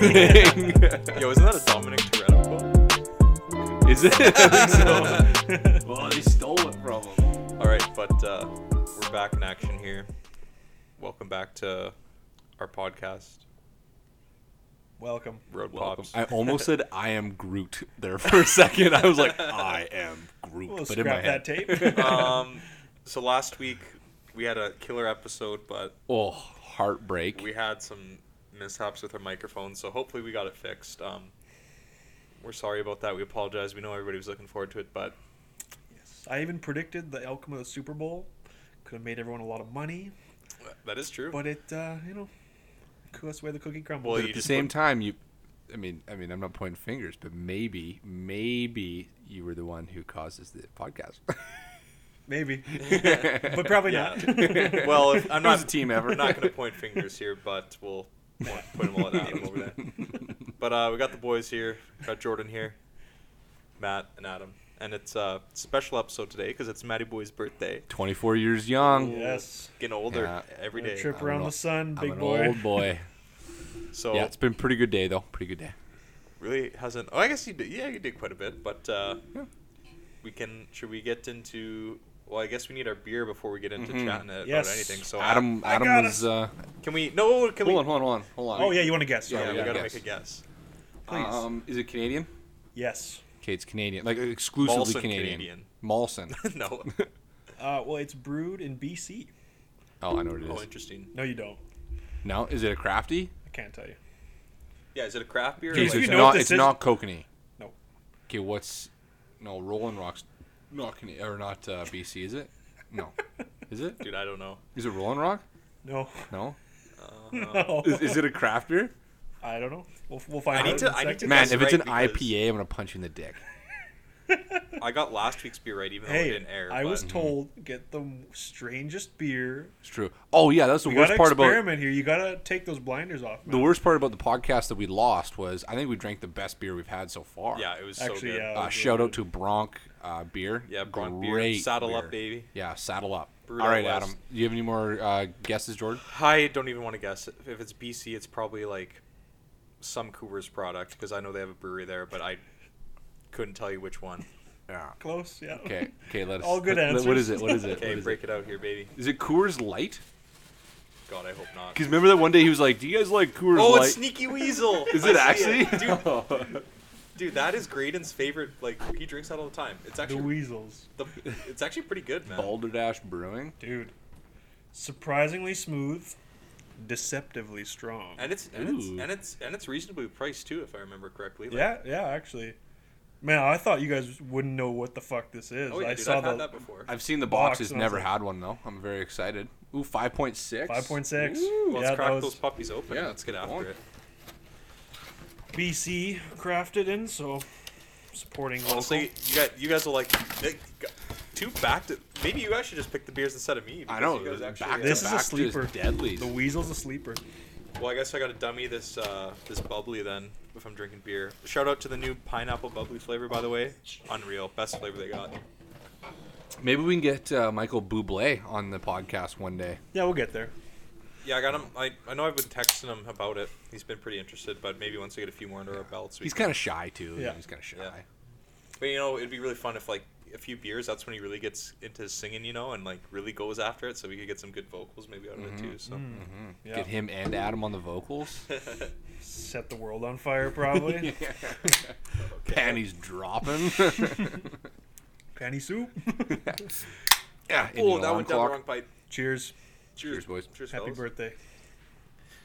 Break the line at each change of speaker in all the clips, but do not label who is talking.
Yo, isn't that a Dominic Toretto quote?
Is it? I think so.
Well, they stole it from him.
All right, but uh, we're back in action here. Welcome back to our podcast,
Welcome.
Road Pops.
I almost said I am Groot there for a second. I was like, I am Groot,
We'll
but in my
scrap that
head.
tape.
um, so last week we had a killer episode, but
oh, heartbreak.
we had some mishaps with our microphones, so hopefully we got it fixed. Um, we're sorry about that. We apologize. We know everybody was looking forward to it, but
Yes. I even predicted the outcome of the Super Bowl. Could have made everyone a lot of money,
that is true.
but it, uh, you know, coo- that's where the cookie crumbles.
Well,
but
you
at the
just
same
put-
time, you. I mean, I mean, I'm not pointing fingers, but maybe, maybe you were the one who causes the podcast.
Maybe. but probably
Yeah.
not.
well, if, I'm
It was
not
a team effort.
We're not going to point fingers here, but we'll point, point them all at Adam over there. But uh, we got the boys here, got Jordan here, Matt and Adam, and it's a special episode today because it's Matty Boy's birthday.
24 years young.
yes.
Getting older
Yeah.
every
A
day.
trip
I'm
around
an
the
old-
sun,
I'm
big
an
boy.
old boy.
So
Yeah, it's been a pretty good day though. Pretty good day.
really hasn't. Oh, I guess you did. Yeah, you did quite a bit, but uh, we can. Should we get into? Well, I guess we need our beer before we get into chatting about
Yes.
anything. So
Mm-hmm. Adam,
I
Adam
got
was. Uh,
can we? No, can
hold on,
we?
hold on, hold on.
Oh, yeah, you want to guess.
Yeah,
Yeah,
we
yeah,
gotta
guess.
make a guess.
please.
Um, is it Canadian?
yes.
Okay, it's Canadian, like exclusively
Molson
Canadian.
Canadian.
Molson.
no.
Uh, well, it's brewed in BC.
Oh, I know what it is.
Oh, interesting.
No, you don't.
No, is it a crafty?
I can't tell you.
Yeah, is it a craft beer? or
Okay,
Jeez,
so
you
like-
it's
know
not.
this
It's
is-
not kokanee.
No.
Okay, what's no Rolling Rock's not Cana- or not uh, BC? Is it? No. Is it?
Dude, I don't know.
Is it Rolling Rock?
No.
No.
No.
Is, is it a craft beer?
I don't know. We'll, we'll find
I need
out.
to-
in a
I need to
second.
Man,
That's
if it's
right,
an
because-
IPA, I'm gonna punch you in the dick.
I got last week's beer right, even though it
Hey,
didn't air.
I
but-
was told get the strangest beer.
It's true. Oh yeah, that's the
You
worst
gotta
part about
experiment here. You gotta take those blinders off.
the worst part about the podcast that we lost was I think we drank the best beer we've had so far.
Yeah, it was so
Actually,
good.
yeah.
Uh, shout out to Bronc uh, beer.
Yeah, Bronc beer.
Great
Saddle up, baby.
Yeah, saddle up.
Brewed
All
out
right,
west.
Adam. Do you have any more uh, guesses, Jordan?
I don't even want to guess. If it's BC, it's probably like some Coors product because I know they have a brewery there, but I couldn't tell you which one.
Yeah.
Close, yeah.
Okay. Okay. Let us.
All good
let- let- What is it?
answers.
What is it?
Okay,
What is
break it out here, baby.
It? Is it Coors Light?
God, I hope not.
Because remember that one day he was like, "Do you guys like Coors
Oh,
Light?"
it's Sneaky Weasel.
is
I
it
see
actually?
it. dude? Dude, that is Graydon's favorite. Like he drinks that all the time. It's
The
actually
weasels,
the, it's actually pretty good, man.
Balderdash Brewing.
dude. Surprisingly smooth, deceptively strong.
And it's and it's,
Ooh.
and it's and it's reasonably priced too, if I remember correctly. Like,
yeah, yeah, actually. Man, I thought you guys wouldn't know what the fuck this is.
Oh yeah,
I
dude,
saw
I've had
the
that before.
I've seen the
Box,
boxes.
and I was
Never
like-
had one though. I'm very excited. Ooh, five point six.
five point six.
Ooh.
Let's
Yeah,
crack
that was
those puppies open.
Yeah,
let's get
keep
after
going.
it.
BC crafted in, so supporting local.
Honestly, you guys, you guys will like they got two back to. Maybe you guys should just pick the beers instead of me.
I
because
know.
You guys actually,
back
uh,
to
This is a
back,
sleeper.
Just deadly.
the weasel's a sleeper.
well, I guess I got to dummy this uh, this bubbly then if I'm drinking beer. Shout out to the new pineapple bubbly flavor, by the way. Unreal, best flavor they got.
Maybe we can get uh, Michael Bublé on the podcast one day.
Yeah, we'll get there.
Yeah, I got him. I, I know I've been texting him about it. He's been pretty interested, but maybe once we get a few more under our belts, we
He's
can-
kind of shy too.
Yeah.
He's kind of shy.
Yeah. But you know, it'd be really fun if like a few beers. That's when he really gets into his singing, you know, and like really goes after it. So we could get some good vocals maybe out of it
Mm-hmm.
too. So
Mm. Yeah.
Get him and Adam on the vocals.
Set the world on fire, probably.
Panties dropping.
Panty soup.
yeah.
oh,
Indian alarm
that went down
clock.
the wrong pipe.
Cheers.
Cheers,
Cheers, boys.
Cheers,
Happy
fellas.
birthday,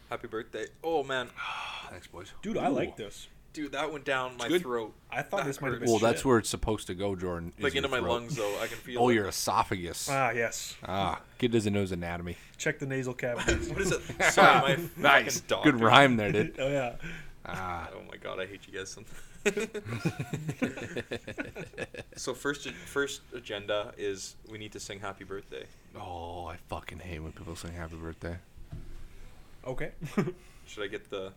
Happy birthday. Oh man,
Thanks, boys.
dude. I
Ooh.
like this.
dude, that went down my
good.
throat.
I thought
That
this might have
hurts.
been
Well, that's
shit.
where it's supposed to go, Jordan. is
Like
your
into my
throat.
lungs though, I can feel.
Oh,
it.
your esophagus.
Ah, yes.
Ah, kid doesn't know his anatomy.
Check the nasal cavities.
What is it? Sorry, my fucking
nice.
doctor.
Good rhyme there, dude.
oh yeah.
Ah.
Oh my god, I hate you guys. some- so first, first agenda is we need to sing happy birthday.
Oh, I fucking hate when people sing happy birthday.
Okay.
Should I get the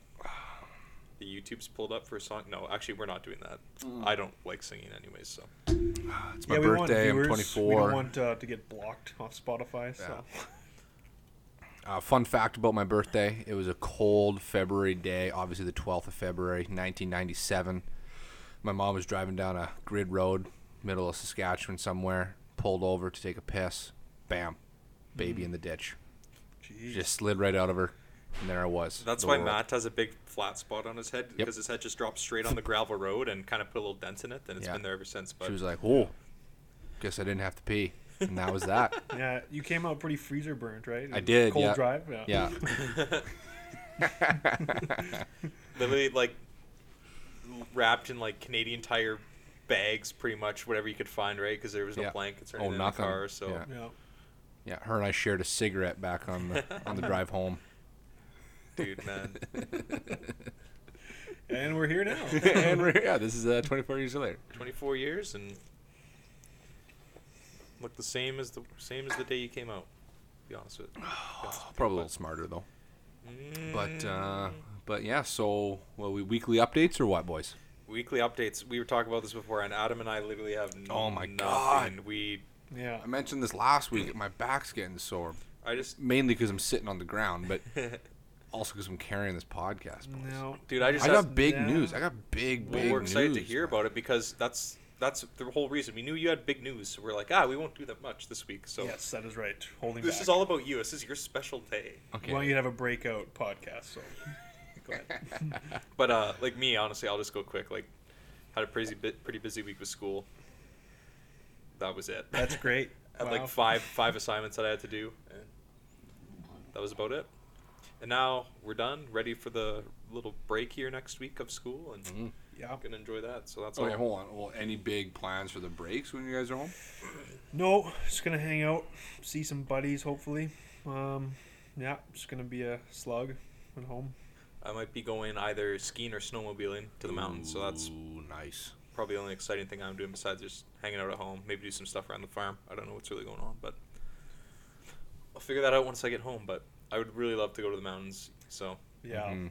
the YouTube's pulled up for a song? No, actually, we're not doing that. I don't like singing anyways. So
It's my
yeah, we want
birthday. I'm
viewers. We
24.
don't want uh, to get blocked off Spotify. So
Uh, fun fact about my birthday: it was a cold February day, obviously the 12th of February, 1997. My mom was driving down a grid road, middle of Saskatchewan somewhere, pulled over to take a piss. Bam, baby in the ditch.
Jeez.
Just slid right out of her, and there I was.
That's
the
why
world.
Matt has a big flat spot on his head because his head just dropped straight on the gravel road and kind of put a little dent in it, and it's
Yeah.
been there ever since. But
She was like, "Oh, guess I didn't have to pee," and that was that.
yeah, you came out pretty freezer burnt, right?
I did,
Cold
yeah.
drive. Yeah.
yeah,
literally like wrapped in like Canadian Tire bags, pretty much whatever you could find, right? Because there was no
Yeah.
blankets or
Oh,
anything in the
nothing.
car. So
Yeah.
Yeah.
yeah. Her and I shared a cigarette back on the on the drive home.
dude, man,
And we're here now.
and we're yeah, this is uh, 24 years later.
24 years and look the same as the same as the day you came out. to Be honest with. Be honest with you. Mm.
Probably a little smarter though. But uh, but yeah, so well, we weekly updates or what, boys?
Weekly updates. We were talking about this before, and Adam and I literally have.
Oh my
nothing.
God.
We.
yeah.
I mentioned this last week. My back's getting sore,
I just.
mainly because I'm sitting on the ground, but also because I'm carrying this podcast. Boys.
No.
Dude, I just.
I
have-
got big
Yeah.
news. I got big,
well,
big
we're excited to
news,
hear
man.
about it because that's that's the whole reason. We knew you had big news. So we're like, ah, we won't do that much this week. So
Yes, that is right. Holding
this
back.
is all about you. This is your special day.
Okay.
Why don't you have a breakout podcast? So. Go ahead.
But uh, like me, honestly, I'll just go quick. Like, had a pretty bu- pretty busy week with school. That was it.
That's great.
had
Wow.
like five five assignments that I had to do, and that was about it. And now we're done, ready for the little break here next week of school, and
Mm-hmm.
Yeah.
gonna enjoy that. So that's
Okay,
all.
hold on. Well, any big plans for the breaks when you guys are home?
No, just gonna hang out, see some buddies, hopefully. Um, yeah, just gonna be a slug at home.
I might be going either skiing or snowmobiling to the mountains, so that's
Ooh, nice.
probably the only exciting thing I'm doing besides just hanging out at home. Maybe do some stuff around the farm. I don't know what's really going on, but I'll figure that out once I get home. But I would really love to go to the mountains, so
Yeah,
Mm-hmm.
Mhm.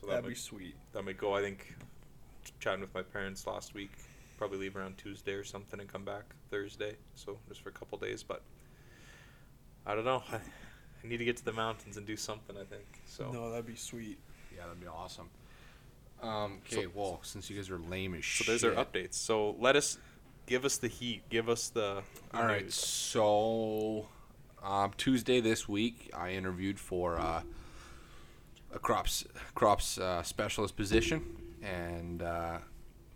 so that
that'd be
might,
sweet.
that might go. I think chatting with my parents last week. Probably leave around Tuesday or something and come back Thursday. So just for a couple days, but I don't know. I, I need to get to the mountains and do something. I think so.
No, that'd be sweet.
Yeah, that'd be awesome. Um, okay, well, since you guys are lame as
So
shit.
there's our updates. So let us give us the heat. Give us the. the
All right,
news.
so um, Tuesday this week, I interviewed for uh, a crops crops uh, specialist position, and uh,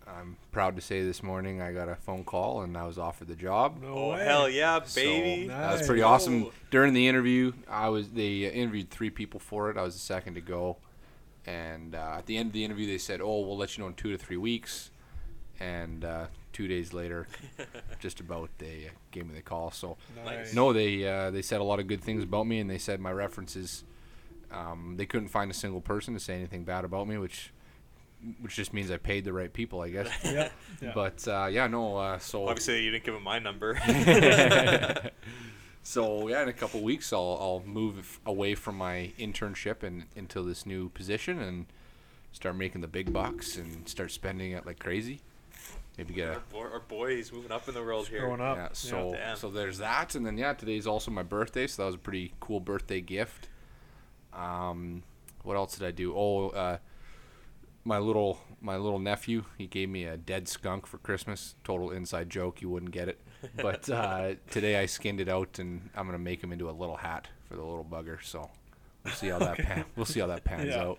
I'm proud to say this morning I got a phone call and I was offered the job.
No
Oh
way.
hell yeah,
So
baby!
that was
Nice.
pretty
Let's
awesome.
go.
During the interview, I was they interviewed three people for it. I was the second to go, and uh, at the end of the interview, they said, "Oh, we'll let you know in two to three weeks." And uh, two days later, just about they uh, gave me the call. So
Nice.
no, they uh, they said a lot of good things about me, and they said my references. Um, they couldn't find a single person to say anything bad about me, which which just means I paid the right people, I guess.
Yeah, yeah.
But uh, yeah, no. Uh, so
Obviously, you didn't give him my number.
So yeah, in a couple weeks, I'll I'll move away from my internship and into this new position and start making the big bucks and start spending it like crazy. Maybe get
our,
a
boy, our boy, he's moving up in the world here.
growing up.
yeah.
Yeah,
So
Damn.
so there's that, and then yeah, today's also my birthday, so that was a pretty cool birthday gift. Um, what else did I do? Oh, uh, my little my little nephew, he gave me a dead skunk for Christmas. Total inside joke, you wouldn't get it. But uh, today I skinned it out, and I'm gonna make him into a little hat for the little bugger. So we'll see how that pan, we'll see how that pans
Yeah.
out.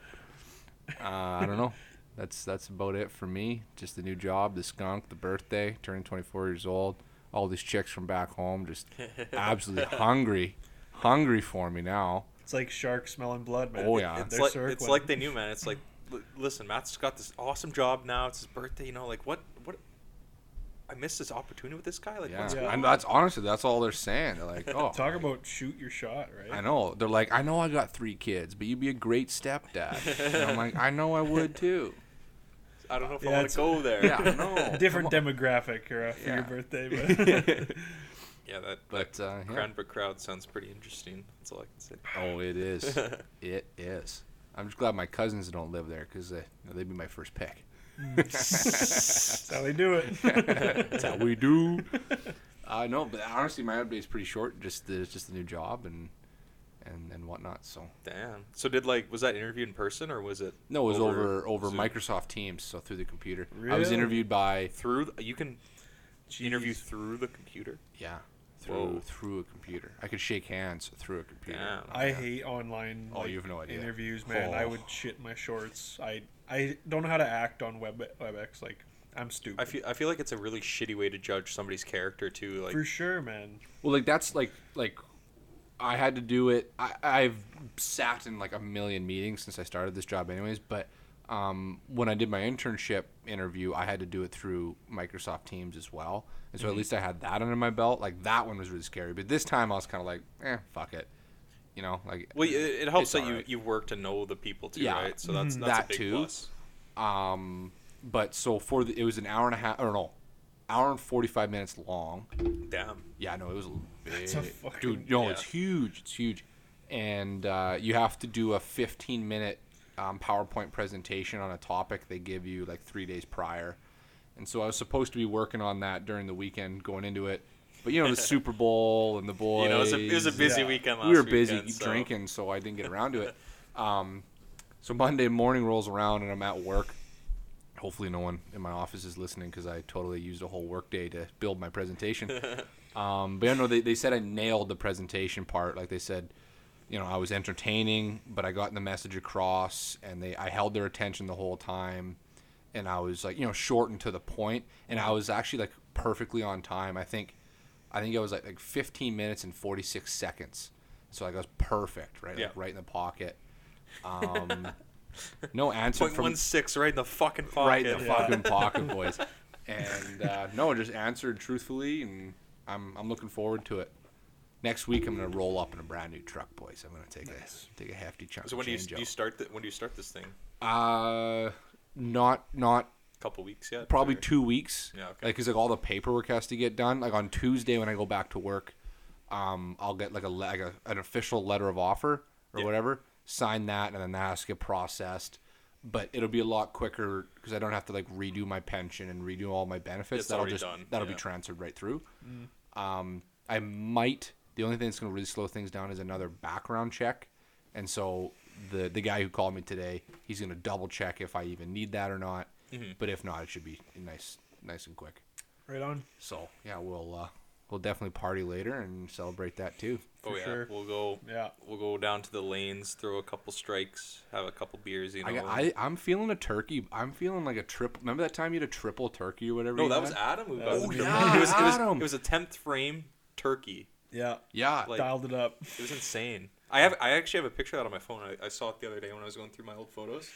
Uh, I don't know. That's that's about it for me. Just the new job, the skunk, the birthday, turning 24 years old. All these chicks from back home just absolutely hungry, hungry for me now.
it's like shark smelling blood, man.
Oh, yeah.
It's
They're
like
circling.
it's like they knew, man. It's like, l- listen, Matt's got this awesome job now. It's his birthday, you know. Like what? What? I missed this opportunity with this guy. Like,
Yeah,
what's
Yeah.
and that's honestly that's all they're saying. They're like, oh,
talk about shoot your shot, right?
I know. They're like, I know I got three kids, but you'd be a great stepdad. And I'm like, I know I would too.
I don't know if I
Yeah,
want
it's-
to go there.
Yeah, I know.
Different
Come
demographic or, for
Yeah.
your birthday, but
yeah. That
on. but uh, yeah.
Cranbrook crowd sounds pretty interesting. That's all I can say.
oh, it is. It is. I'm just glad my cousins don't live there because they'd be my first pick.
that's how they do it.
That's how we do. Uh, no, but honestly, my update's pretty short. Just the, it's just the new job and and and whatnot. So
Damn. So did like was that interview in person or was it
no, it was over over,
Zoom?
Microsoft Teams, so through the computer. I was
Really?
interviewed by
through? th- You can interview
Jeez.
through the computer.
yeah through
Whoa.
through a computer. I could shake hands through a computer.
Damn.
Oh,
I
yeah.
hate online.
Oh, you have no idea.
Interviews, man. I
Oh.
would shit my shorts. I I don't know how to act on web WebEx. Like I'm stupid.
I feel I feel like it's a really shitty way to judge somebody's character too. Like
for sure, man.
Well, like that's like like I had to do it. I, I've sat in like a million meetings since I started this job, anyways. But um, when I did my internship interview, I had to do it through Microsoft Teams as well, and so at least I had that under my belt. Like that one was really scary, but this time I was kind of like, eh, fuck it, you know, like
well, it, it helps
it's
that
all
you
right.
you work to know the people too,
Yeah.
right? So that's
Mhm.
that's
That
a big
too.
plus.
Um, but so for the, it was an hour and a half or no, hour and forty five minutes long.
Damn.
Yeah, no, it was a big.
a fucking-
dude, no, it's
yeah.
huge. It's huge. And uh, you have to do a 15 minute um, PowerPoint presentation on a topic they give you like three days prior. And so I was supposed to be working on that during the weekend going into it. But you know, the Super Bowl and the boys.
You know, it was a, it was a
and-
busy
Yeah.
weekend last
we were busy
weekend, so-
drinking, so I didn't get around to it. Um, so Monday morning rolls around, and I'm at work. Hopefully, no one in my office is listening because I totally used a whole workday to build my presentation. um, but I know they, they said I nailed the presentation part. Like they said, you know, I was entertaining, but I got the message across, and they I held their attention the whole time, and I was like, you know, short and to the point, and I was actually like perfectly on time. I think I think I was like, like 15 minutes and 46 seconds. So like I was perfect, right?
Yeah.
Like right in the pocket. Um, no answer
Point
from
one six right in the fucking pocket.
right in the
Yeah.
fucking pocket, boys. And uh, no, just answered truthfully, and I'm I'm looking forward to it. Next week I'm gonna roll up in a brand new truck, boys. I'm gonna take a take a hefty chunk.
So
of
when do you,
change
do you start the, when do you start this thing?
out. Uh, not not
A couple weeks yet?
probably
or-
two weeks.
Yeah, okay.
Like, cause like all the paperwork has to get done. Like on Tuesday when I go back to work, um, I'll get like a le- like a, an official letter of offer or
Yeah.
whatever. Sign that, and then that has to get processed. But it'll be a lot quicker because I don't have to like redo my pension and redo all my benefits.
It's
that'll
already
just
done,
that'll
yeah.
be transferred right through. Um, I might. The only thing that's going to really slow things down is another background check, and so the the guy who called me today, he's going to double check if I even need that or not.
Mm-hmm.
But if not, it should be nice, nice and quick.
Right on.
So yeah, we'll uh, we'll definitely party later and celebrate that too.
Oh
for
yeah,
sure.
we'll go.
Yeah.
we'll go down to the lanes, throw a couple strikes, have a couple beers. You know,
I, got- I I'm feeling a turkey. I'm feling like a trip. Remember that time you had a triple turkey or whatever?
no,
you
that
had?
was Adam. Who
was
got the
Adam.
triple.
Yeah,
it was, it was,
Adam.
It was a tenth frame turkey.
Yeah.
yeah.
Like-
Dialed it up.
It was insane. I have I actually have a picture of that on my phone. I, I saw it the other day when I was going through my old photos.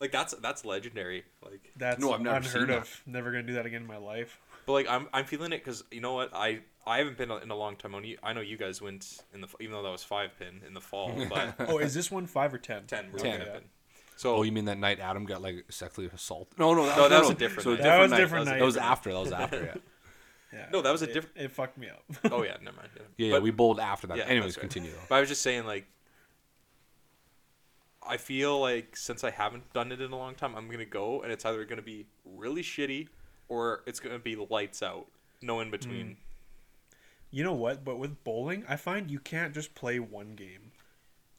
Like that's that's legendary. Like,
That's
No, I've never
unheard
seen that.
of. Never gonna do that again in my life.
but like I'm I'm feeling it because you know what I I haven't been in a long time. Only I know you guys went in the f- even though that was five pin in the fall, but
Oh, is this one five or ten?
ten we're
Ten.
ten pin.
oh,
So
you mean that night Adam got like sexually assaulted? No, no, that,
No,
was,
that was a different
so
night.
That was
different
different
That
night.
was after. That was after. Yeah.
Yeah.
No, that was a
It-
diff-
It, fucked me up.
oh yeah, never mind.
Yeah, yeah,
But-
we bowled after that.
Yeah,
Anyways,
that's right.
continue though.
But I was just saying, like, I feel like since I haven't done it in a long time, I'm gonna go, and it's either gonna be really shitty, or it's gonna be lights out, no in
Mm.
between.
you know what? But with bowling, I find you can't just play one game.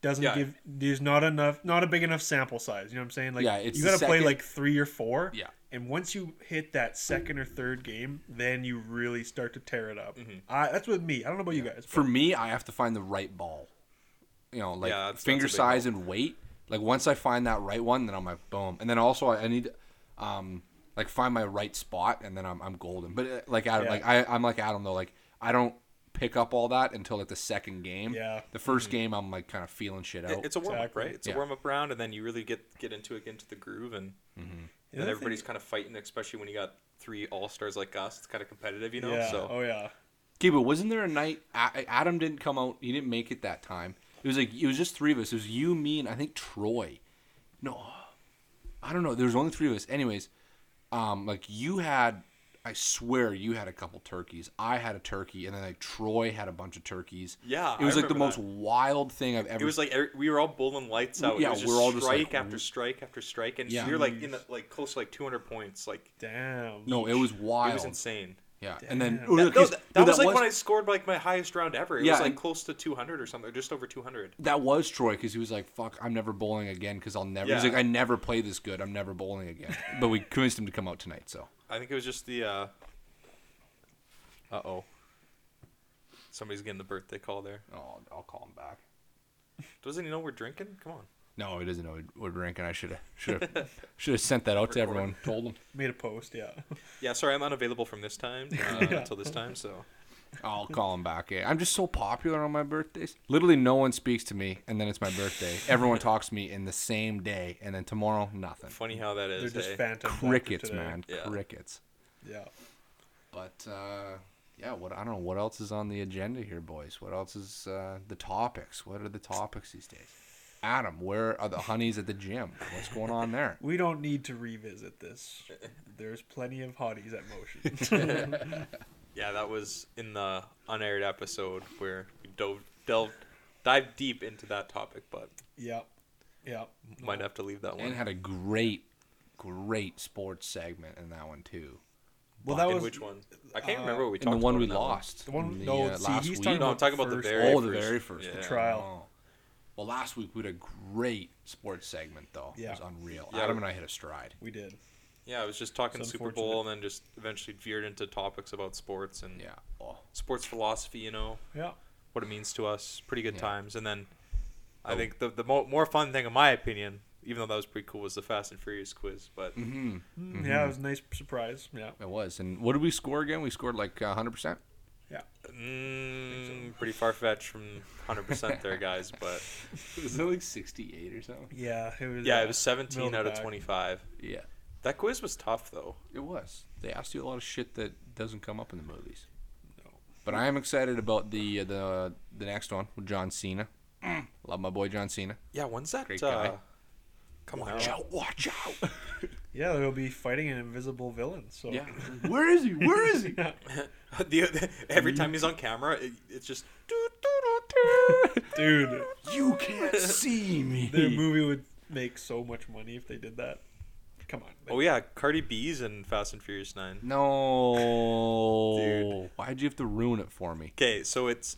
Doesn't
Yeah.
give. There's not enough. Not a big enough sample size. You know what I'm saying? Like
Yeah, it's
you
the
gotta play
second-
like three or four.
Yeah.
And once you hit that second or third game, then you really start to tear it up.
Mm-hmm.
I, that's with me. I don't know about you guys.
For me, I have to find the right ball. You know, like
Yeah, that's-
finger
that's a big
size and weight. Like once I find that right one, then I'm like boom. And then also I, I need, um, like find my right spot, and then I'm I'm golden. But uh, like Adam,
Yeah.
like I I'm like Adam though. Like I don't pick up all that until like the second game.
Yeah. Mm-hmm.
The 1st game, I'm like kind of feeling shit
It-
out.
it's a warm up,
exactly.
right? It's a
Yeah.
warm up round, and then you really get get into it, get into the groove, and
Mm-hmm.
other
then
thing-
everybody's kind of fighting, especially when you got three all stars like us. It's kind of competitive, you know.
yeah.
So
Oh yeah.
Okay, but wasn't there a night A- Adam didn't come out? He didn't make it that time. It was like it was just three of us. It was you, me, and I think Troy. No, I don't know. There was only three of us. Anyways, um, like you had, I swear you had a couple turkeys. I had a turkey, and then like Troy had a bunch of turkeys.
Yeah,
it was
I
like the
remember
most
that.
wild thing I've ever.
it was like every- we were all bowling lights out.
Yeah,
it was just
we're all just, like,
strike after strike after strike, and
Yeah.
you're like in the, like close to like 200 points. Like
Damn.
no, it was wild.
it was insane.
Yeah, and then
Damn.
Ooh,
That,
look,
no,
he's-
that,
no,
that was like when I scored like my highest round ever. It
Yeah,
was like
and-
close to 200 or something, or just over 200.
that was Troy because he was like, "Fuck, I'm never bowling again because I'll never." He's
Yeah.
like, "I never play this good. I'm never bowling again." but we convinced him to come out tonight. So
I think it was just the. Uh oh. Somebody's getting the birthday call there.
oh, I'll call him back.
Doesn't he know we're drinking? Come on.
No, he doesn't know we're drinking. I should have should have should have sent that out to everyone. Told him.
Made a post, yeah.
Yeah, sorry, I'm unavailable from this time uh, until this time. So
I'll call him back. Yeah, I'm just so popular on my birthdays. Literally, no one speaks to me, and then it's my birthday. Everyone talks to me in the same day, and then tomorrow, nothing.
funny how that
They're
is.
just
eh?
phantoms. after
Crickets,
today.
man.
Yeah.
Crickets.
Yeah.
But uh, yeah, what I don't know what else is on the agenda here, boys. What else is uh, the topics? What are the topics these days? Adam, where are the honeys at the gym? What's going on there?
We don't need to revisit this. There's plenty of hotties at motion.
Yeah, that was in the unaired episode where we dove delved dive deep into that topic, but
yep. Yep.
might have to leave that
And
one.
had a great, great sports segment in that one too.
Well, that
in
was
which one? I can't remember what we
In
talked
the one
about
we
in that
lost.
The one-
in the,
no,
uh,
see,
last
he's
week.
talking
No, I'm talking about the
First-
very
oh, the
first-
very first
yeah.
one.
Trial.
Oh. Well, last week we had a great sports segment though.
Yeah.
It was unreal.
Yeah.
Adam and I hit a stride.
we did.
Yeah, I was just talking
It's
Super Bowl and then just eventually veered into topics about sports and
Yeah. Oh.
sports philosophy, you know,
Yeah.
what it means to us. Pretty good
Yeah.
times. And then I
Oh.
think the, the mo- more fun thing, in my opinion, even though that was pretty cool, was the Fast and Furious quiz. But
hmm
Yeah, it was a nice surprise. Yeah.
It was. And what did we score again? We scored like uh, 100%.
Yeah.
mm, pretty far fetched from 100% there, guys. But
Was it like 68 or something?
Yeah. It was.
yeah,
uh,
it was 17
middle
out
of the
of
pack.
25.
Yeah.
That quiz was tough, though.
It was. They asked you a lot of shit that doesn't come up in the movies.
No.
But I am excited about the uh, the the next one with John Cena. Mm. Love my boy John Cena.
Yeah, when's that?
Great
uh,
guy.
Come on.
Watch out! Watch out!
Yeah, they'll be fighting an invisible villain. So
yeah. Where is he? Where is he?
the, every time he's on camera, it, it's just.
dude,
You can't see me.
their movie would make so much money if they did that. Come on.
Oh, yeah, Cardi B's in Fast and Furious 9.
No.
Dude.
Why'd you have to ruin it for me?
Okay, so it's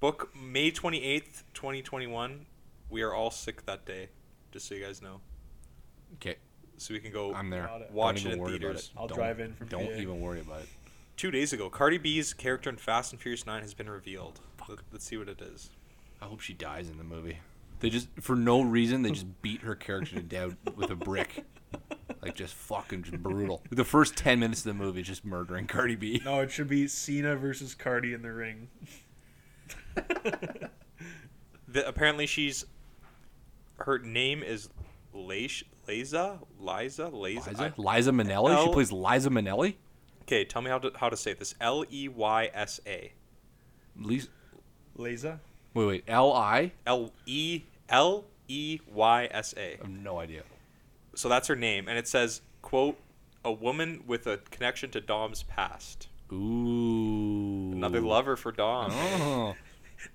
book May 28th, 2021. We are all sick that day, just so you guys know.
Okay,
So we can go.
I'm there.
Got it.
Watch
Don't even
it in
worry about
theaters.
it.
I'll
Don't-
drive in from
Don't
PA.
even worry about it.
Two days ago, Cardi B's character in Fast and Furious 9 has been revealed. Let, let's see what it is.
I hope she dies in the movie. They just for no reason they just beat her character to death with a brick. Like just fucking just brutal. The first ten minutes of the movie is just murdering Cardi B.
No, it should be Cena versus Cardi in the ring.
The, apparently, she's. Her name is Leish, Liza? Liza? Liza?
Liza,
I-
Liza Minnelli. she
L-
plays Liza Minnelli.
okay, tell me how to, how to say this. L E Y S A.
Liz,
Leza?
wait, wait. L I.
L E L E Y S A.
I have no idea.
so that's her name and it says quote a woman with a connection to dom's past
Ooh.
another lover for dom
Oh.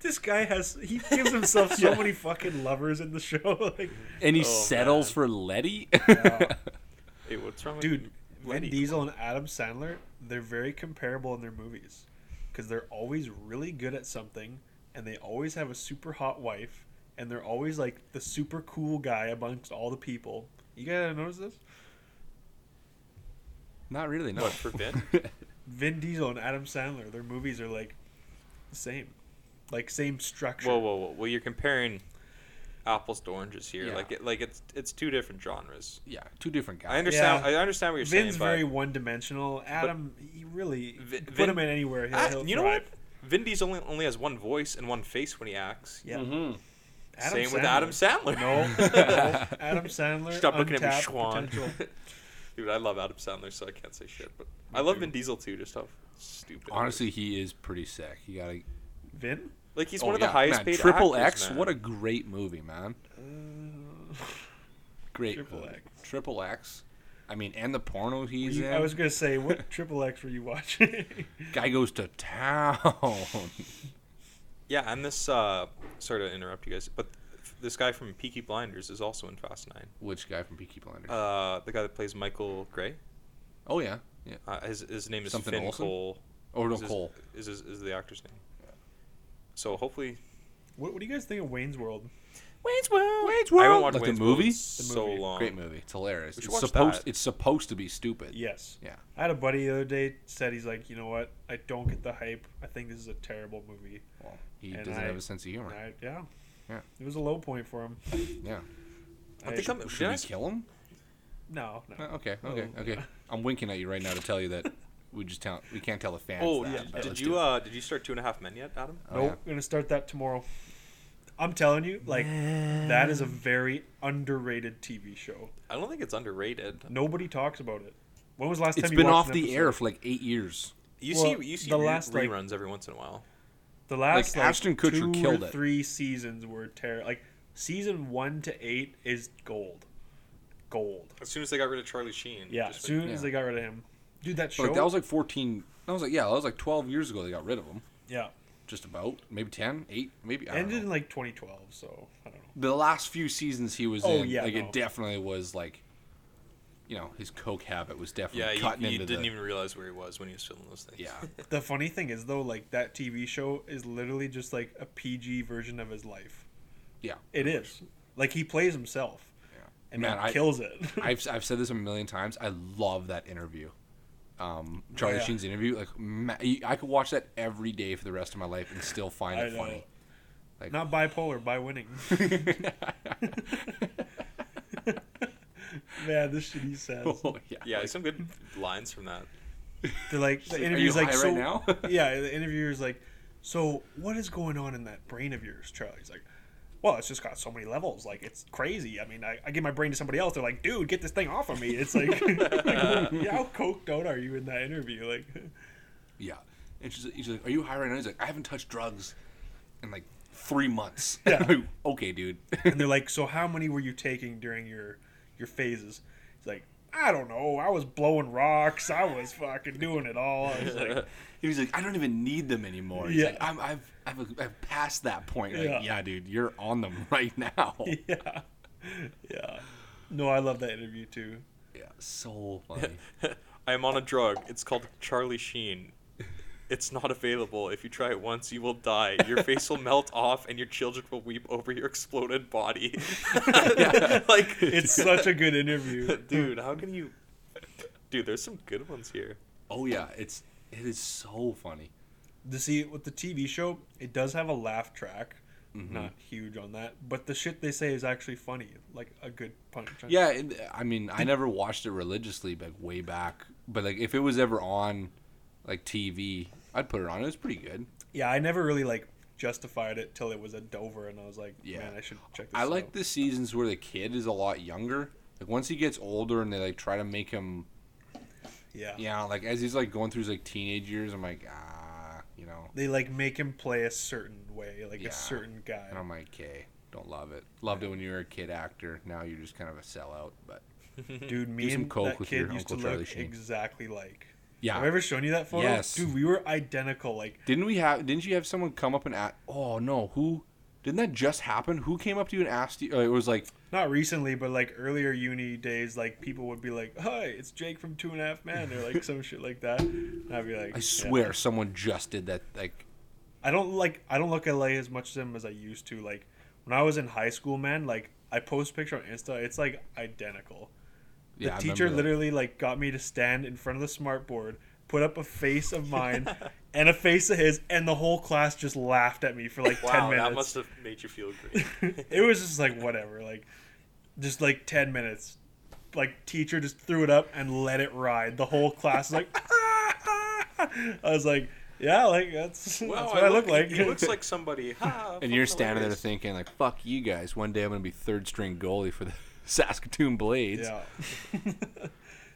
This guy has he gives himself so many fucking lovers in the show. Like,
And he
Oh,
settles
man.
for Letty.
hey, what's wrong with
dude, Vin
Lenny?
Diesel and Adam Sandler, they're very comparable in their movies because they're always really good at something, and they always have a super hot wife, and they're always like the super cool guy amongst all the people. You guys notice this?
Not really. No.
What, for Vin?
Vin Diesel and Adam Sandler, their movies are like the same, like same structure.
whoa whoa whoa well you're comparing apples to oranges here
Yeah.
like it like it's it's two different genres
yeah, two different guys.
i understand
Yeah.
i understand what you're
Vin's
saying
very
but
one dimensional. Adam, he really
Vin-
put
Vin-
him in anywhere. He'll,
I-
he'll
you know what
thrive.
Vin Diesel only, only has one voice and one face when he acts.
Yeah. Adam
Mm-hmm. Same with
Sandler.
Adam Sandler.
No, no, Adam Sandler.
Stop looking at me,
untapped
Schwan.
potential.
Dude, I love Adam Sandler, so I can't say shit. But I love Vin Diesel too, just how stupid. it
Honestly,
is.
he is pretty sick. You gotta
Vin.
like he's
Oh,
one of the
yeah.
highest
Man,
paid
Triple
actors,
X,
man.
what a great movie, man.
Uh,
Great.
Triple
movie.
X.
Triple X. I mean, and the porno he's
You-
in.
I was gonna say, what triple X were you watching?
Guy goes to town.
Yeah, and this uh sorry to interrupt you guys, but th- this guy from Peaky Blinders is also in Fast Nine.
Which guy from Peaky Blinders?
Uh, the guy that plays Michael Gray.
oh yeah, Yeah.
Uh, his, his name is
Something
Finn
Olsen?
Cole.
Oh no,
is his-
Cole.
is, his, is the actor's name. So hopefully,
What, what do you guys think of Wayne's World?
Wayne's World.
Wayne's
I haven't
World.
watched
Like the
Wayne's World in
movie?
The
so
movie.
long.
Great movie. It's hilarious.
We should
It's
watch
supposed.
that.
It's supposed to be stupid.
Yes.
Yeah.
I had a buddy the other day said he's like, you know what? I don't get the hype. I think this is a terrible movie.
Well, he
And
doesn't
I-
have a sense of humor.
And I, yeah.
Yeah.
It was a low point for him.
yeah.
I
I-
think I'm,
Should
did I
we
s-
kill him?
No, no.
Uh, okay. Okay.
Oh.
Okay. I'm winking at you right now to tell you that we just tell we can't tell the fans.
Oh
that,
yeah.
but
Did
let's do
you
it.
uh did you start two and a half men yet, Adam?
Oh,
nope.
yeah.
Gonna start that tomorrow. I'm telling you, like, that is a very underrated TV show.
I don't think it's underrated.
Nobody talks about it. When was the last
It's
time you
been
watched
off
an
the air
episode?
for like eight years.
You
Well,
see you see
the
re-
last, like-
reruns every once in a while.
The last
Like,
like,
Ashton Kutcher
two
killed
or
it.
three seasons were terrible. Like season one to eight is gold, gold.
As soon as they got rid of Charlie Sheen. it
Yeah, as
just
soon
went-
as
yeah.
they got rid of him, dude, that show.
But like, that was like 14. That was like yeah. That was like 12 years ago. They got rid of him.
yeah,
Just about maybe 10, 8, maybe. I don't
ended
know.
in like 2012. So I don't know.
the last few seasons he was
Oh,
in,
yeah,
like
no.
it definitely was like, you know, his coke habit was
yeah,
definitely cutting
you, you
into
didn't
the
even realize where he was when he was filming those things.
yeah.
The funny thing is though, like that TV show is literally just like a PG version of his life.
Yeah.
It is. Like he plays himself, and
Man,
that
I-
kills it.
I've I've said this a million times. I love that interview. Um, Charlie
Yeah.
Sheen's interview, like ma- I could watch that every day for the rest of my life and still find
I
it
know.
funny. Like-
Not bipolar, by winning. Man, this shit he says.
Oh, yeah,
Yeah,
Like,
some good lines from that.
They're like the
like, "Are
interview's
you
like
high right
so,
now?"
yeah, the interviewer's like, so what is going on in that brain of yours, Charlie? He's like, well, it's just got so many levels. Like it's crazy. I mean, I, I give my brain to somebody else. They're like, dude, get this thing off of me. It's like, yeah, how coked out are you in that interview? Like,
yeah. And she's, she's like, "Are you high right now?" He's like, "I haven't touched drugs in like three months."
Yeah.
Like, okay, dude.
and they're like, so how many were you taking during your your phases? He's like, I don't know. I was blowing rocks. I was fucking doing it all. I was like,
He was like, I don't even need them anymore. He's
Yeah.
like, I'm, I've, I've, I've passed that point. Like, yeah.
Yeah.
dude, you're on them right now.
yeah, yeah. No, I love that interview too.
yeah, so funny.
I am on a drug. It's called Charlie Sheen. It's not available. If you try it once, you will die. Your face will melt off, and your children will weep over your exploded body. like,
It's such a good interview.
dude, how can you? Dude, there's some good ones here.
oh yeah, it's it is so funny.
to see with the TV show, it does have a laugh track.
Mm-hmm.
Not huge on that, but the shit they say is actually funny, like a good punch.
Yeah, it, I mean, I never watched it religiously, like way back. But like, if it was ever on, like TV, I'd put it on. It was pretty good.
yeah. I never really like justified it till it was a Dover, and I was like,
Yeah.
man, I should check this.
I
out.
like the seasons where the kid is a lot younger. Like once he gets older, and they like try to make him
yeah.
Yeah, like as he's like going through his like teenage years, I'm like, ah, you know,
They like make him play a certain way, like
Yeah.
a certain guy.
and I'm like, okay, don't love it. Loved it when you were a kid actor. Now you're just kind of a sellout. But
Dude, me
some
and
coke
that
with your
kid used to
Uncle Charlie
look
Sheen.
exactly like.
yeah,
Have I ever shown you that photo?
Yes.
Dude, we were identical. Like,
didn't we have? Didn't you have someone come up and ask? Oh no, who? Didn't that just happen? Who came up to you and asked you? Uh, it was like,
not recently, but like earlier uni days, like people would be like, "Hi, it's Jake from Two and a Half Men," or like some shit like that. And I'd be like,
I
"Yeah."
swear, someone just did that. Like,
I don't like I don't look at LA as much as him as I used to. Like when I was in high school, man, like I post a picture on Insta, it's like identical. The
yeah, I
teacher
remember that.
literally like got me to stand in front of the smart board, put up a face of mine and a face of his, and the whole class just laughed at me for like ten
Wow,
minutes.
that must have made you feel great.
it was just like whatever, like just like ten minutes. Like teacher just threw it up and let it ride. The whole class was like, I was like, yeah, like that's, that's what I, look, like.
He, he looks like somebody. Ha,
And you're
fucking
standing there
hilarious.
thinking, like, fuck you guys. One day I'm gonna be third string goalie for the Saskatoon Blades.
yeah. Uh,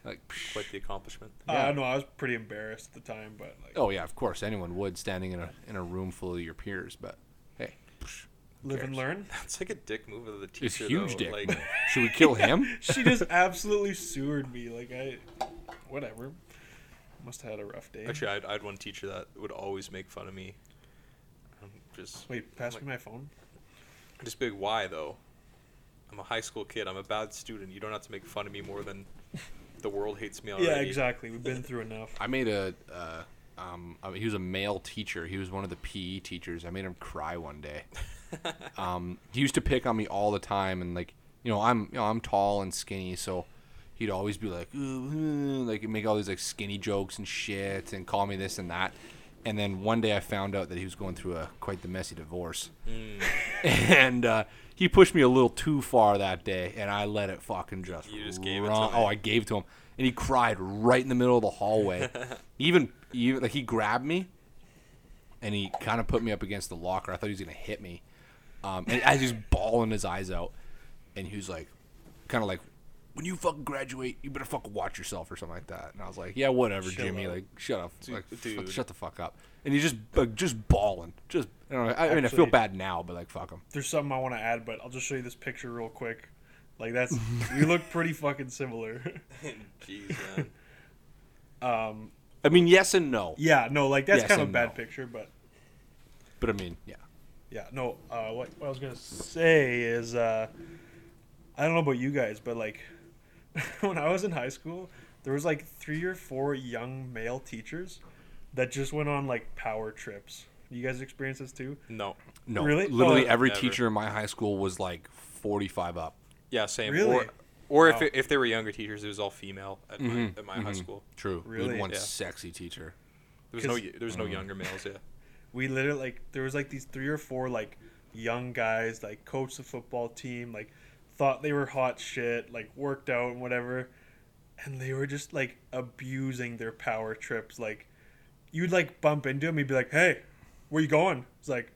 Like, psh.
Quite the accomplishment.
I don't know. I was pretty embarrassed at the time, but like,
oh yeah, of course anyone would standing in a in a room full of your peers. But hey, psh.
live and learn.
That's like a dick move of the teacher.
It's huge
though.
dick.
Like,
move. Should we kill him?
She just absolutely sewered me. Like I, whatever. Must have had a rough day.
actually, I'd, I'd one teacher that would always make fun of me. Um, just
Wait, pass me my phone.
Just big why though. I'm a high school kid. I'm a bad student. You don't have to make fun of me more than the world hates me already.
Yeah, exactly. We've been through enough.
I made a. Uh, um, I mean, he was a male teacher. He was one of the PE teachers. I made him cry one day. um, he used to pick on me all the time, and like you know, I'm you know I'm tall and skinny, so he'd always be like, "Ooh," like make all these like skinny jokes and shit, and call me this and that. And then one day I found out that he was going through a quite the messy divorce,
Mm.
and uh, he pushed me a little too far that day, and I let it fucking just.
You just gave it to
run-
him.
Oh, I gave to him, and he cried right in the middle of the hallway. even even like he grabbed me, and he kind of put me up against the locker. I thought he was gonna hit me, um, and as he's bawling his eyes out, and he was like, kind of like, when you fucking graduate, you better fucking watch yourself or something like that. And I was like, yeah, whatever,
Chill
Jimmy.
out.
Like, shut up, like, fuck-
dude.
shut the fuck up. And he's just like, just bawling, just. I, don't know, I mean, I feel
Actually-
bad now, but like, fuck him.
There's something I want to add, but I'll just show you this picture real quick. Like that's we look pretty fucking similar.
Jeez, man.
Um,
I mean, yes and no,
yeah, no, like that's
Yes
kind of a
and
bad
no.
picture, but
but I mean, yeah.
Yeah, no. Uh, what, what I was gonna say is, uh, I don't know about you guys, but like, when I was in high school, there was like three or four young male teachers that just went on like power trips. You guys experience this too?
No.
No,
Really?
Literally
Oh,
every
never.
teacher in my high school was like forty-five up.
Yeah, same.
Really?
Or, or if,
Wow.
it, if they were younger teachers, it was all female at my, at my high school.
True. We had
Really?
one
Yeah.
sexy teacher.
There was no
'Cause-
y- there was no younger males. Yeah.
We literally like there was like these three or four like young guys like coached the football team, like thought they were hot shit, like worked out and whatever, and they were just like abusing their power trips. Like you'd like bump into him, he'd be like, "Hey, where you going?" It's like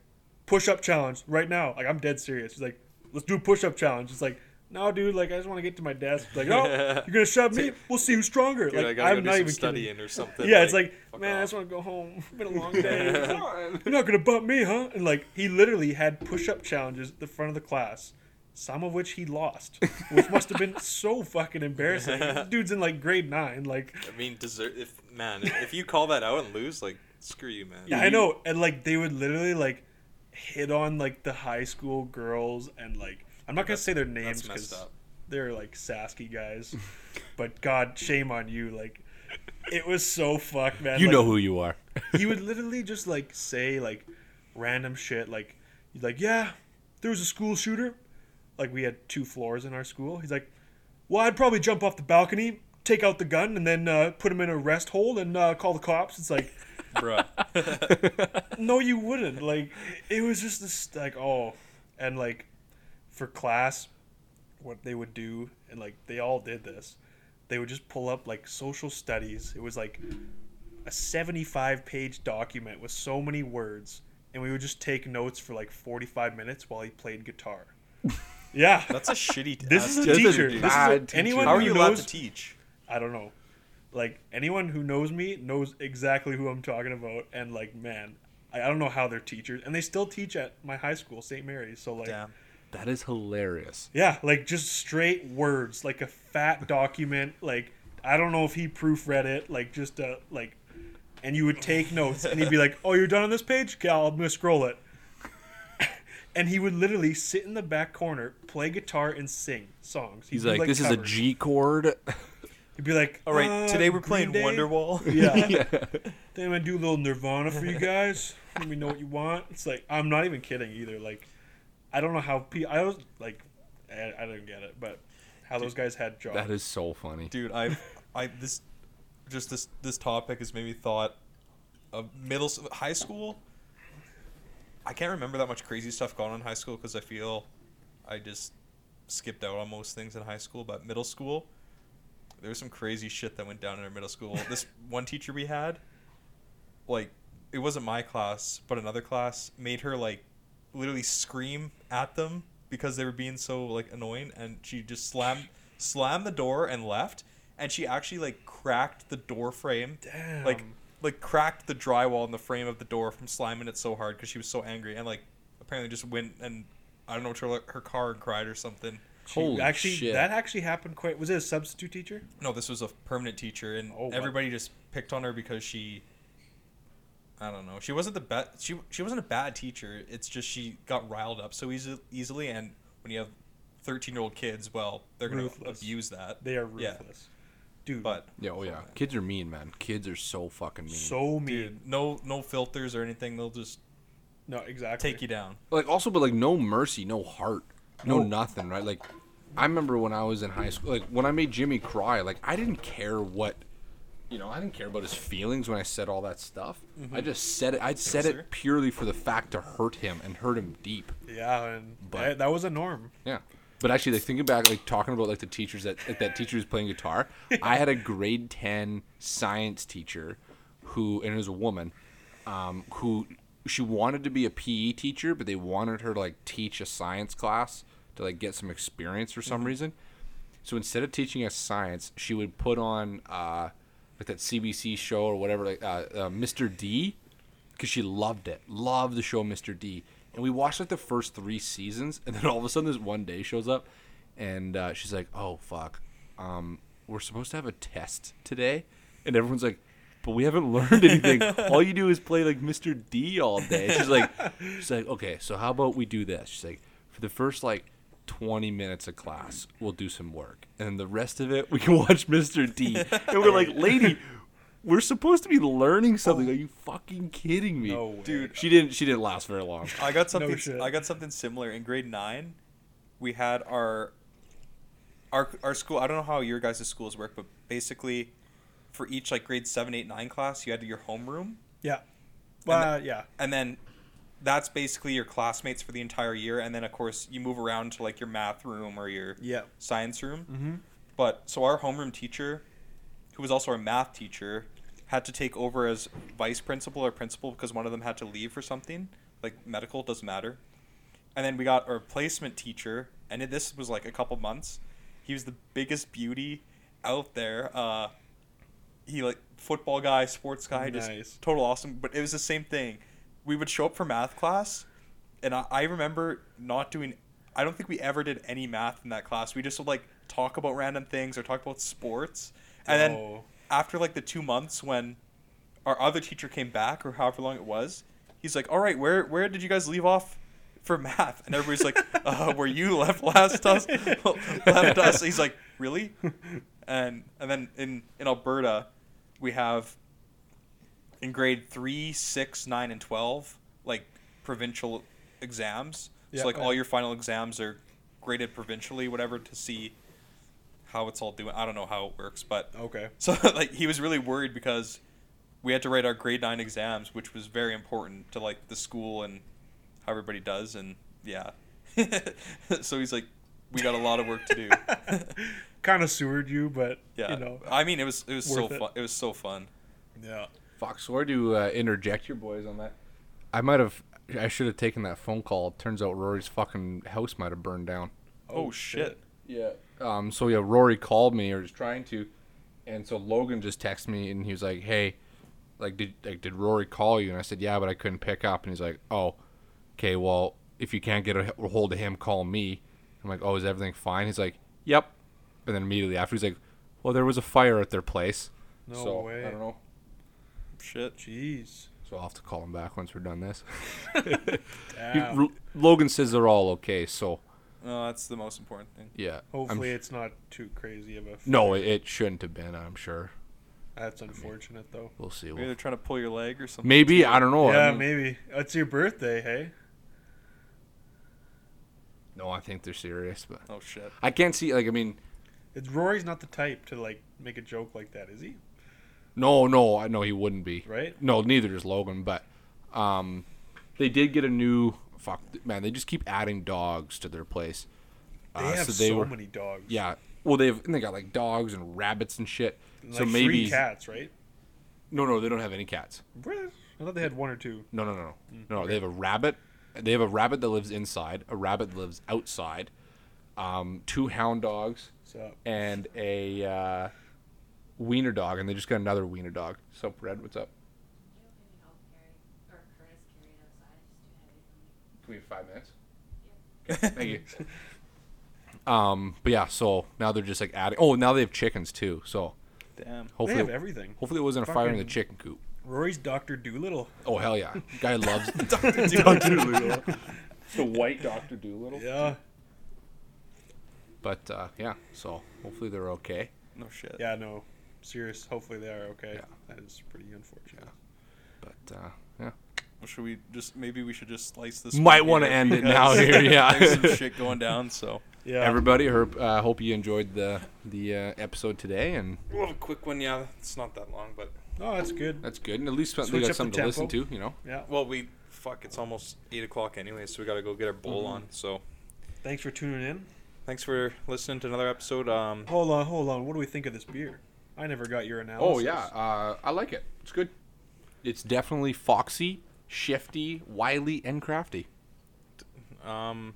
push up challenge right now. Like I'm dead serious. He's like, "Let's do a push up challenge." It's like. No, dude. Like, I just want to get to my desk. It's Like, no, you're gonna shove me. We'll see who's stronger.
Dude, I
like,
gotta
I'm
go do
not
some
even
studying
kidding.
or something.
Yeah, it's like,
fuck
man, I
off.
just want to go home. It's been a long day. It's like, You're not gonna bump me, huh? And like, he literally had push-up challenges at the front of the class, some of which he lost, which must have been so fucking embarrassing. Dude's in like grade nine, like.
I mean, desert. If man, if you call that out and lose, like, screw you, man.
Yeah, I know. And like they would literally like hit on like the high school girls and like I'm not gonna
That's-
say their
that's
names
messed
because
up.
they're like Sasky guys, but God, shame on you! Like it was so fucked, man.
You
Like,
know who you are.
he would literally just like say like random shit like he's like yeah there was a school shooter like we had two floors in our school he's like well i'd probably jump off the balcony take out the gun and then uh, put him in a rest hold and uh, call the cops it's like
Bruh.
no you wouldn't like it was just this like oh and like for class what they would do and like they all did this they would just pull up like social studies it was like a 75 page document with so many words and we would just take notes for like 45 minutes while he played guitar yeah
That's a shitty.
this
ass
is a
That's a
teacher this is a,
bad teacher.
anyone
How are
who
you allowed
knows
to teach?
I don't know. Like anyone who knows me knows exactly who I'm talking about, and like man, I, I don't know how they're teachers, and they still teach at my high school, St. Mary's. So like,
That is hilarious.
yeah, like just straight words, like a fat document. Like I don't know if he proofread it, like just uh like, and you would take notes, and he'd be like, "Oh, you're done on this page? Okay, I'm gonna scroll it." And he would literally sit in the back corner, play guitar, and sing songs. He'd
He's
do,
like, this is a
covers."
G chord.
He'd be like,
All right,
"Uh,
today we're
Green
playing
Day."
Wonderwall.
Yeah.
yeah.
Then I'm gonna do a little Nirvana for you guys. Let me know what you want. It's like I'm not even kidding either. Like I don't know how pe- I was like I, I don't get it, but how those guys had jobs.
That is so funny.
dude i've i this just this this topic has made me thought of middle s- high school i can't remember that much crazy stuff going on in high school because i feel i just skipped out on most things in high school but middle school there was some crazy shit that went down in our middle school this one teacher we had like it wasn't my class but another class made her like literally scream at them because they were being so like annoying and she just slammed slammed the door and left and she actually like cracked the door frame
Damn.
like like cracked the drywall in the frame of the door from slamming it so hard because she was so angry and like apparently just went and i don't know to her, her car and cried or something
She-
Holy
actually,
shit.
that actually happened quite. Was it a substitute teacher?
no this was a permanent teacher and
Oh, wow.
everybody just picked on her because she i don't know she wasn't the best she, she wasn't a bad teacher it's just she got riled up so easy, easily and when you have 13 year old kids well they're going to
Ruthless.
abuse that
They are
Yeah.
ruthless. dude.
But
Yeah, oh yeah. Kids are mean, man. Kids are so fucking mean.
so mean.
dude, no no filters or anything. They'll just
No, exactly.
take you down.
like also but like no mercy no heart no nothing right like i remember when i was in high school like when i made jimmy cry like i didn't care what you know i didn't care about his feelings when i said all that stuff i just said Mm-hmm. it i said
sir.
it purely for the fact to hurt him and hurt him deep
Yeah, and
But-
that, that was a norm.
yeah but actually like thinking back like talking about like the teachers that like, that teacher who's playing guitar i had a grade 10 science teacher who and it was a woman um, who she wanted to be a PE teacher, but they wanted her to like teach a science class to like get some experience for some reason. So instead of teaching us science, she would put on uh, like that CBC show or whatever, like uh, uh, Mr. D, because she loved it, loved the show Mr. D. And we watched like the first three seasons, and then all of a sudden this one day shows up, and uh, she's like, "Oh fuck, um, we're supposed to have a test today," and everyone's like, "But we haven't learned anything. all you do is play like Mr. D all day." And she's like, "She's like, okay, so how about we do this?" She's like, "For the first like 20 minutes of class, we'll do some work, and then the rest of it we can watch Mr. D." And we're like, "Lady." We're supposed to be learning something. Are you fucking kidding me?
No way.
Dude,
She didn't. She didn't last very long.
I got something.
shit.
I got something similar in grade nine. We had our our our school. I don't know how your guys' schools work, but basically, for each like grade seven, eight, nine class, you had your homeroom,
Yeah. Well, yeah.
and then that's basically your classmates for the entire year. And then of course you move around to like your math room or your
Yeah.
science room. Mm-hmm. But so our homeroom teacher, who was also our math teacher, had to take over as vice principal or principal because one of them had to leave for something like medical doesn't matter. And then we got our placement teacher, and it, this was like a couple months. He was the biggest beauty out there. Uh, he like football guy, sports guy,
Nice.
just total awesome. But it was the same thing. We would show up for math class, and I, I remember not doing. I don't think we ever did any math in that class. We just would like talk about random things or talk about sports, and then
Oh.
after like the two months when our other teacher came back or however long it was he's like all right where where did you guys leave off for math and everybody's like uh, where you left last us left us he's like really and and then in in alberta we have in grade three six nine and 12 like provincial exams
Yeah,
so like all
yeah.
your final exams are graded provincially whatever to see how it's all doing i don't know how it works but
Okay.
so like he was really worried because we had to write our grade nine exams, which was very important to like the school and how everybody does and yeah. so he's like, we got a lot of work to do.
Kind of sewered you, but
Yeah,
you know.
I mean it was it was so
worth it.
fun. It was so fun.
Yeah.
Fox, sorry to uh, interject your boys on that. I might have. I should have taken that phone call. Turns out Rory's fucking house might have burned down.
Oh, shit.
Yeah. Um. So yeah, Rory called me or was trying to, and so Logan just texted me and he was like, "Hey, like did like did Rory call you?" And I said, "Yeah, but I couldn't pick up." And he's like, "Oh, okay. Well, if you can't get a a hold of him, call me." I'm like, "Oh, is everything fine?" He's like, "Yep." And then immediately after, he's like, "Well, there was a fire at their place."
No
so,
way.
I don't know.
Shit.
Jeez.
So I'll have to call him back once we're done this. He-
Damn.
R- Logan says they're all okay, so
No, that's the most important thing.
yeah. I'm-
Hopefully, it's not too crazy of a.
no, it, it shouldn't have been. I'm sure.
That's unfortunate, though.
We'll see.
Maybe
We'll,
they're trying to pull your leg or something.
maybe I don't know. Oh, I
yeah,
mean-
maybe it's your birthday. Hey.
No, I think they're serious, but
Oh shit.
I can't see. Like, I mean,
It's Rory's not the type to like make a joke like that, is he?
no, no, I know he wouldn't be.
Right?
No, neither is Logan. But, um, they did get a new fuck. Man, they just keep adding dogs to their place.
They
Uh,
have
so
so,
they were-
many dogs.
Yeah. Well, they've and they got like dogs and rabbits and shit.
And,
so
like,
maybe
three cats, right?
no, no, they don't have any cats.
Really? I thought they had one or two.
No, no, no, no.
Mm-hmm.
No, they have a rabbit. They have a rabbit that lives inside, a rabbit that lives outside, um, two hound dogs,
So
and a uh, wiener dog, and they just got another wiener dog. So, Red, what's up?
You don't need help carrying or Curtis carry it outside. It's too heavy for me.
Can we have five minutes? Thank you. um, but yeah, so now they're just like adding. Oh, now they have chickens too. So
Damn.
they
hopefully,
have everything.
hopefully it wasn't a fire in the
Fucking-
chicken coop.
Rory's Doctor Doolittle.
Oh hell yeah, guy loves
Doctor Doolittle.
the white Doctor Doolittle.
Yeah.
But uh, yeah, so hopefully they're okay.
no shit.
Yeah. No. serious. Hopefully they are okay.
Yeah.
That is pretty unfortunate.
But uh, yeah,
Well, should we just maybe we should just slice this?
Might
one
wanna
here
end it
because
now here, yeah.
there's some shit going down. So
Yeah.
everybody, herp- uh, hope you enjoyed the the uh, episode today, and
we'll have a quick one. Yeah, it's not that long, but
oh, that's good.
that's good. And at least we
Switch up the
got something to listen
tempo.
to, you know.
Yeah.
Well, we fuck. It's almost eight o'clock anyway, so we gotta go get our bowl on. So
Thanks for tuning in.
thanks for listening to another episode. Um,
Hold on, hold on. What do we think of this beer? I never got your analysis.
Oh yeah, uh, I like it. It's good. It's definitely foxy, shifty, wily, and crafty.
um,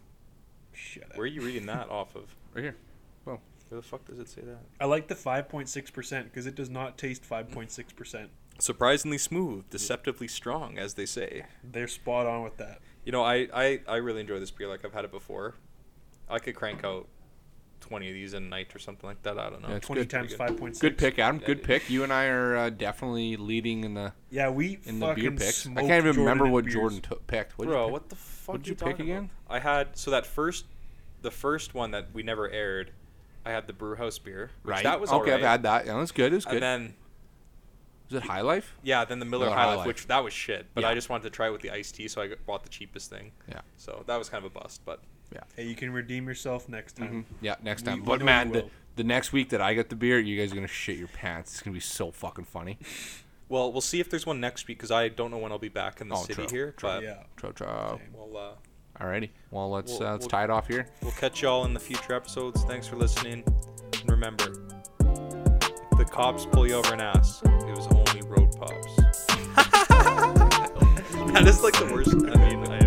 Shut up.
where are you reading that off of?
Right here.
Where the fuck does it say that?
I like the 5.6% because it does not taste 5.6%.
Surprisingly smooth, deceptively strong, as they say.
They're spot on with that.
You know, I I, I really enjoy this beer. Like I've had it before. I could crank out twenty of these in a night or something like that. I don't know.
Yeah, it's
20
good.
times
Pretty
5.6.
Good pick, Adam.
Yeah,
Good
dude.
pick. You and I are uh, definitely leading in the
Yeah, we
in the
fucking
beer picks. I
smoked
can't even remember
Jordan
what
in beers.
Jordan took picked. What'd you
Bro,
pick?
what the fuck
what'd
you
you pick
talking about?
again?
I had so that first, the first one that we never aired. I had the brew house beer. Which
Right.
That was
okay.
All right.
I've had that. Yeah, that's good. It's
And
good.
then
Is it High Life?
yeah, then the Miller,
Miller
High
High
Life,
Life.
which that was shit. But I
Yeah.
just wanted to try it with the iced tea, so I got- bought the cheapest thing.
Yeah.
So that was kind of a bust, but
Hey, you can redeem yourself next time.
Yeah, next
We
time. but
literally
man, the,
will.
the next week that I get the beer, you guys are gonna shit your pants. It's gonna be so fucking funny.
well, we'll see if there's one next week because I don't know when I'll be back in the
Oh,
city
true,
here.
true.
But
Yeah.
Tro tro.
Same.
we'll uh,
Alrighty. Well, let's
We'll-
uh, let's
we'll-
tie it off here.
we'll catch y'all in the future episodes. Thanks for listening. And remember, if the cops pull you over and ask, it was only road pops. that is like the worst. I mean, I.